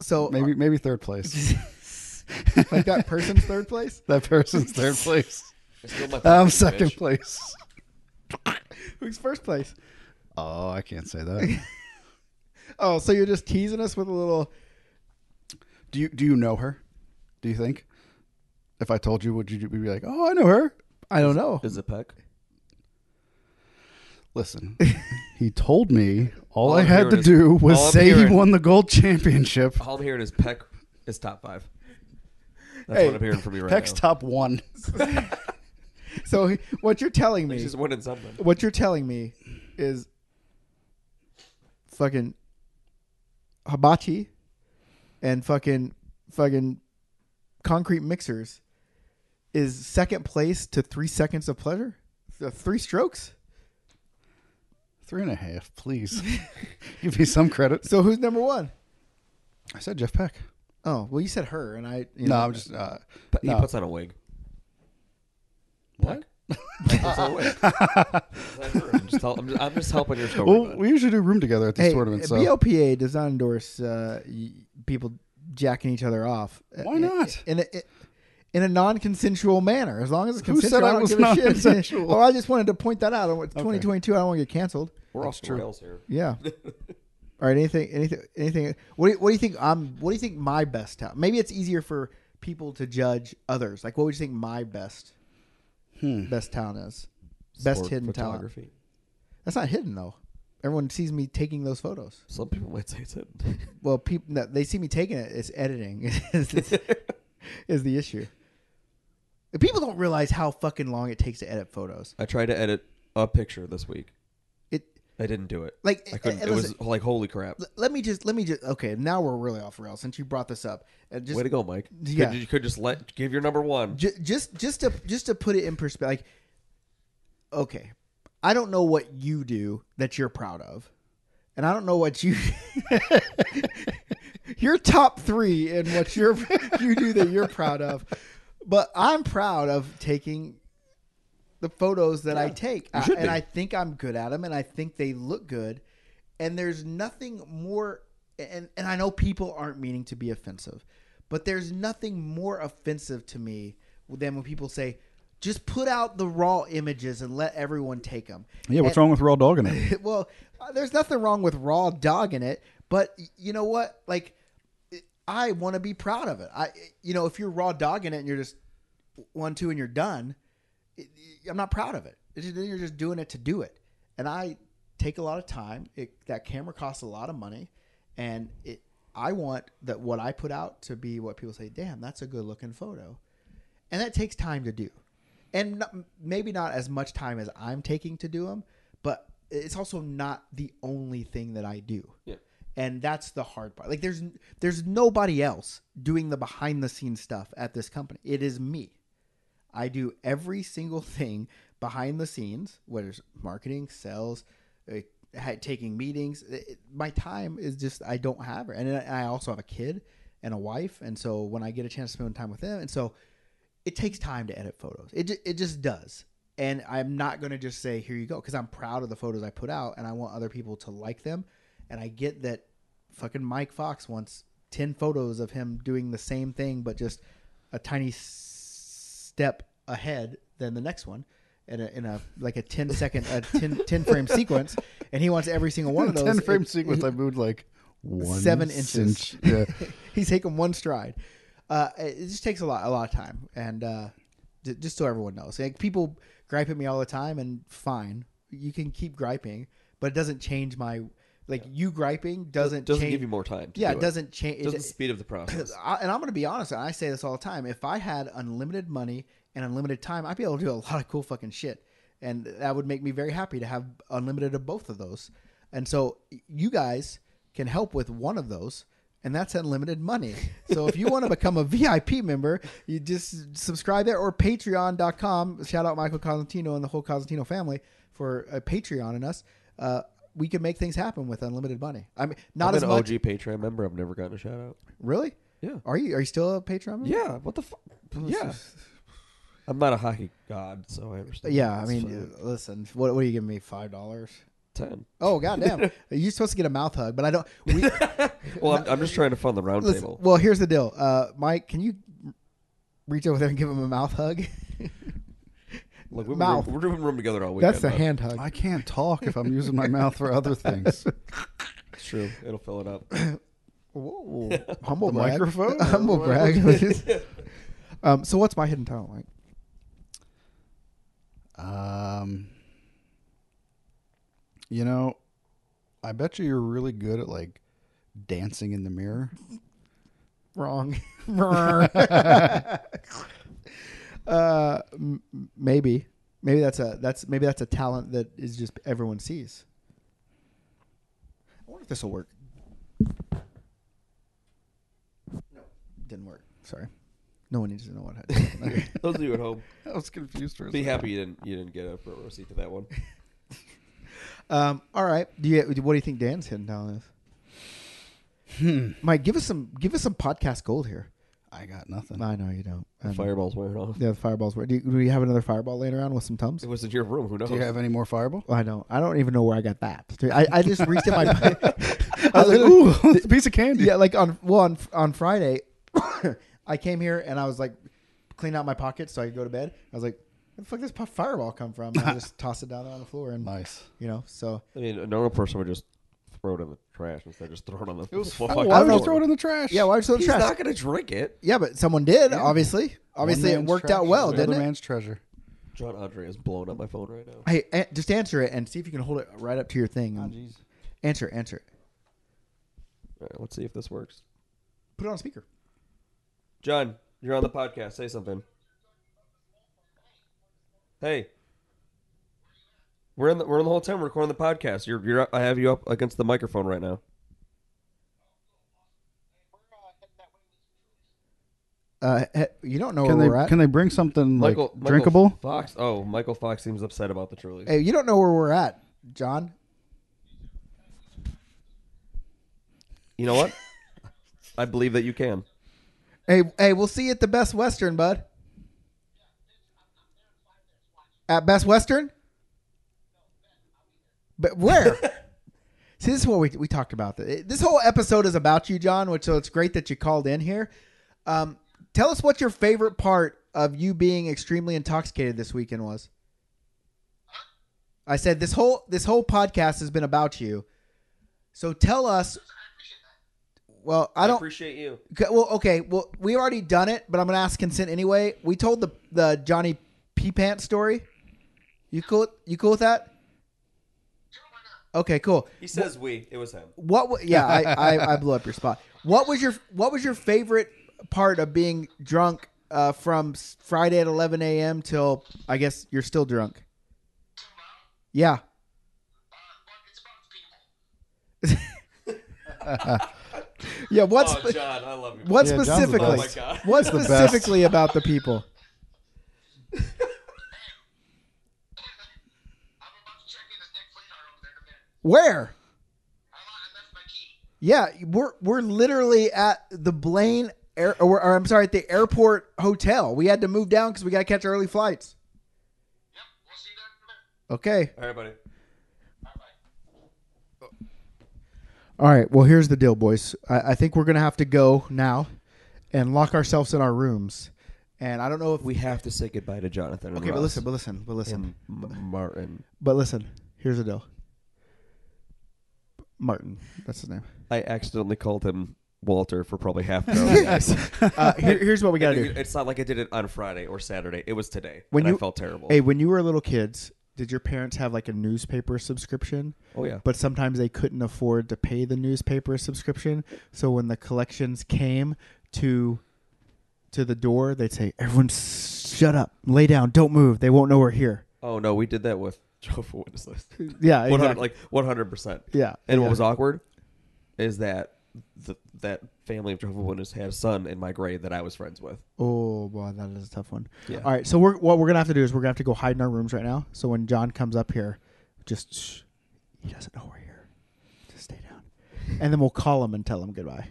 So Maybe maybe third place. like that person's third place? that person's third place. It's still my I'm bitch. second place. Who's first place? Oh, I can't say that. Oh, so you're just teasing us with a little do you do you know her? Do you think? If I told you, would you be like, "Oh, I know her"? I don't know. Is it Peck? Listen, he told me all, All I I'm had hearing to is- do was all I'm say he hearing- won the gold championship. All I'm hearing is Peck is top five. That's Hey, what I'm hearing from you right Peck's now. top one. So what you're telling me She's winning something. what you're telling me is fucking hibachi and fucking fucking concrete mixers is second place to three seconds of pleasure Th- three strokes Three and a half, please. Give me some credit. so who's number one? I said Jeff Peck. Oh, well you said her and i you No, know, I'm just. Uh, Pe- He no. puts on a wig. What? He puts on a wig. I'm, just hel- I'm, just, I'm just helping your story. Well, bud. we usually do room together at these hey, tournaments. So. BLPA does not endorse uh, y- people jacking each other off Uh, Why not? in a, in a non-consensual manner as long as it's Who consensual said I I don't was give a shit. non-consensual? well I just wanted to point that out it's 2022 I don't want to get canceled We're off the rails here. Yeah. All right. Anything? Anything? Anything? What do you, What do you think? Um. What do you think my best talent? Maybe it's easier for people to judge others. Hmm. Like, what would you think my best best talent is? Best Sport hidden talent. photography. That's not hidden though. Everyone sees me taking those photos. Some people might say it's it. Well, people no, they see me taking it. It's editing is, is, is the issue. People don't realize how fucking long it takes to edit photos. I tried to edit a picture this week. It I didn't do it. Like, I couldn't. uh, It was listen. like holy crap. l- let me just let me just okay. Now we're really off rail since you brought this up. And just Way to go, Mike. Could- Yeah. you could just let give your number one. ju- just just to just to put it in perspective like okay i don't know what you do that you're proud of and i don't know what you your top three in what you're you do that you're proud of but i'm proud of taking the photos that i take I- should and be. i think i'm good at them and i think they look good and there's nothing more and, and i know people aren't meaning to be offensive but there's nothing more offensive to me than when people say just put out the raw images and let everyone take them Yeah, what's wrong with raw dog in it? well, uh, there's nothing wrong with raw dog in it, but y- you know what? Like, it- I want to be proud of it. I, you know, if you're raw dog in it and you're just one, two, and you're done, it, it- I'm not proud of it. It's just, then you're just doing it to do it. And I take a lot of time. It, that camera costs a lot of money, and it. I want that what I put out to be what people say. Damn, that's a good looking photo, and that takes time to do and not, maybe not as much time as I'm taking to do them, but it's also not the only thing that I do. Yeah. And that's the hard part. Like there's there's nobody else doing the behind the scenes stuff at this company. It is me. I do every single thing behind the scenes, whether it's marketing, sales, uh, ha- taking meetings. It- it- my time is just I don't have it, and then I also have a kid and a wife, and so when I get a chance to spend time with them, and so it takes time to edit photos. It ju- it just does. And I'm not going to just say here you go because I'm proud of the photos I put out and I want other people to like them. And I get that fucking Mike Fox wants 10 photos of him doing the same thing but just a tiny s- step ahead than the next one. In a, in a like a 10 second a 10, 10 frame sequence and he wants every single one of those Ten frame It- sequence. I moved like one seven inches. cinch. Yeah. he's taking one stride. Uh, it it just takes a lot, a lot of time, and uh, j- just so everyone knows, like people gripe at me all the time, and fine, you can keep griping, but it doesn't change my like you griping doesn't Doesn't change- give you more time. to Yeah, do it doesn't change. Doesn't speed up the process. I, and I'm going to be honest, and I say this all the time. If I had unlimited money and unlimited time, I'd be able to do a lot of cool fucking shit, and that would make me very happy to have unlimited of both of those. And so you guys can help with one of those, and that's unlimited money. So if you want to become a VIP member, you just subscribe there or Patreon.com. Shout out Michael Cosentino and the whole Cosentino family for uh, Patreon and us. Uh, we can make things happen with unlimited money. I mean, not I'm as an much. OG Patreon member. I've never gotten a shout out. Really? Yeah. Are you are you still a Patreon? member? Yeah. What the fuck? Yeah. I'm not a hockey god, so I understand. Yeah, I It's mean, fine. uh, listen, what, what are you giving me? Five dollars? ten. Oh goddamn! You're supposed to get a mouth hug, but I don't. We, Well, I'm, I'm just trying to fund the round listen, table. well, here's the deal, uh, Mike. Can you reach over there and give him a mouth hug? Look, we're, mouth. We're, doing room together all weekend. That's the bud. hand hug. I can't talk if I'm using my mouth for other things. It's true. It'll fill it up. Whoa, humble The brag. microphone? humble brag. um, so what's my hidden talent, Mike? Um, you know, I bet you you're really good at like dancing in the mirror. Wrong. uh, m- maybe, maybe that's a that's maybe that's a talent that is just everyone sees. I wonder if this will work. No, didn't work. Sorry. No one needs to know what happened. Those of you at home, I was confused for a be second. happy you didn't you didn't get a front row seat to that one. um, all right. Do you, what do you think Dan's hidden talent is? Mike, give us some give us some podcast gold here. Hmm. I got nothing. I know you don't. I know. Fireball's wearing off. Yeah, the fireballs were. Do you, do you have another fireball laying around with some tums? It was in your room. Who knows? Do you have any more fireball? I don't. I don't even know where I got that. I, I just reached in my. I was like, literally- ooh, it's a piece of candy. yeah, like on well on on Friday, I came here and I was like, clean out my pockets so I could go to bed. I was like, where the fuck does this fireball come from? And I just tossed it down there on the floor and Nice. you know. So I mean, a normal person would just throw it in the trash instead of just throw it on the it was floor. Why I would don't know. you throw it in the trash? yeah, why would you throw it in He's the trash? not gonna drink it. yeah, but someone did obviously. One Obviously, it man's worked treasure. out well, Another didn't it? man's treasure. John Andre is blowing up my phone right now. Hey, a- just answer it and see if you can hold it right up to your thing. Ah, answer, answer. it. All right, let's see if this works. Put it on speaker. John, you're on the podcast. Say something. Hey, we're in the we're in the whole time recording the podcast. You're you're up- I have you up against the microphone right now. Uh, he- you don't know Can where they we're at. can they bring something like Michael Michael drinkable? Fox. Oh, Michael Fox seems upset about the Trulies. hey, you don't know where we're at, John. You know what? I believe that you can. Hey, hey, we'll see you at the Best Western, bud. At Best Western? But where? see, this is what we, we talked about. This whole episode is about you, John, which so it's great that you called in here. Um, tell us what your favorite part of you being extremely intoxicated this weekend was. I said this whole this whole podcast has been about you. So tell us. Well, I don't appreciate you. Okay, well, okay. Well, we already done it, but I'm gonna ask consent anyway. We told the the Johnny P Pants story. You cool? You cool with that? Okay, cool. He says we. It was him. What? wa- Yeah, I, I I blew up your spot. What was your What was your favorite part of being drunk uh, from s- Friday at 11 a.m. till I guess you're still drunk? Yeah. yeah. What's Oh, John, I love you. what Yeah, John's the specifically? best. Oh my God. What best. specifically about the people? Where? Yeah, we're we're literally at the Blaine air, or, or I'm sorry, at the airport hotel. We had to move down because we got to catch early flights. Okay. All right, buddy. All right. Well, here's the deal, boys. I, I think we're gonna have to go now, and lock ourselves in our rooms. And I don't know if We have to say goodbye to Jonathan. Okay, but listen, but listen, but listen. Martin. But listen, here's the deal. Martin, that's his name. I accidentally called him Walter for probably half an hour. guys. Uh, here, here's what we gotta do. it's not like I did it on Friday or Saturday. It was today. When and you- I felt terrible. Hey, when you were little kids, did your parents have like a newspaper subscription? oh yeah. But sometimes they couldn't afford to pay the newspaper subscription, so when the collections came to to the door, they'd say, "Everyone, shut up, lay down, don't move. They won't know we're here." oh no, we did that with Joe for Witness List. Yeah, 100, exactly. like one hundred percent. yeah. And yeah. what was awkward is that the, that family of Joe for Witness had a son in my grade that I was friends with. Oh boy, that is a tough one. Yeah. All right, so we're what we're gonna have to do is we're gonna have to go hide in our rooms right now. So when John comes up here, just shh, he doesn't know we're here. Just stay down, and then we'll call him and tell him goodbye.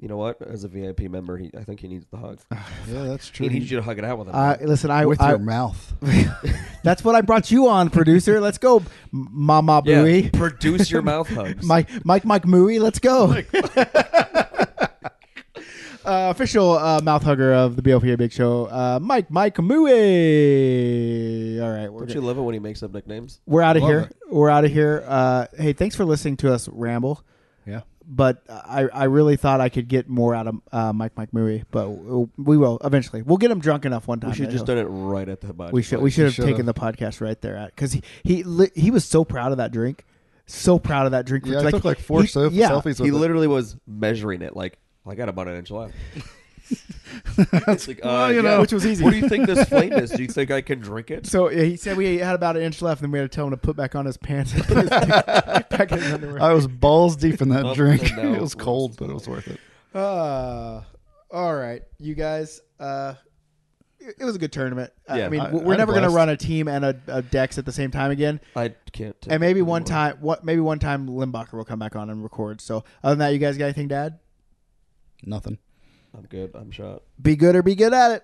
You know what? As a VIP member, he, I think he needs the hug. Yeah, that's He true. needs you to hug it out with him. Uh, listen, I, With I- your mouth. that's what I brought you on, producer. Let's go, M- Mama yeah, Booey, produce your mouth hugs. Mike, Mike, Mike Mooey. Let's go. Uh, official uh, mouth hugger of the BLPA Big Show, uh, Mike Mike Mooey. All right, we're Don't good. you love it when he makes up nicknames? we're out of Love here. it. We're out of here. Uh, hey, thanks for listening to us ramble. Yeah. But I, I really thought I could get more out of uh, Mike Mike Mooey, but w- we will eventually. We'll get him drunk enough one time. We should that just he'll- done it right at the hibachi. we should we should have should've. taken the podcast right there at because he he li- he was so proud of that drink, so proud of that drink. Yeah, I took like four he- self- yeah, selfies He with it. literally was measuring it like I got about an inch left. It's like, uh, you yeah, know. which was easy. What do you think this flame is? Do you think I can drink it? So yeah, he said we had about an inch left, and we had to tell him to put back on his pants, and put his back in his underwear. I was balls deep in that Up drink. and down. it was cold, but it was worth it. Uh, all right, you guys. Uh, it it was a good tournament. I- I Yeah, mean, I- we're I'm never going to blessed. run a team and a, a Dex at the same time again. I can't. take And maybe it one anymore. time, what maybe one time Limbacher will come back on and record. So other than that, you guys got anything, Dad? Nothing. I'm good. I'm shot. Be good or be good at it.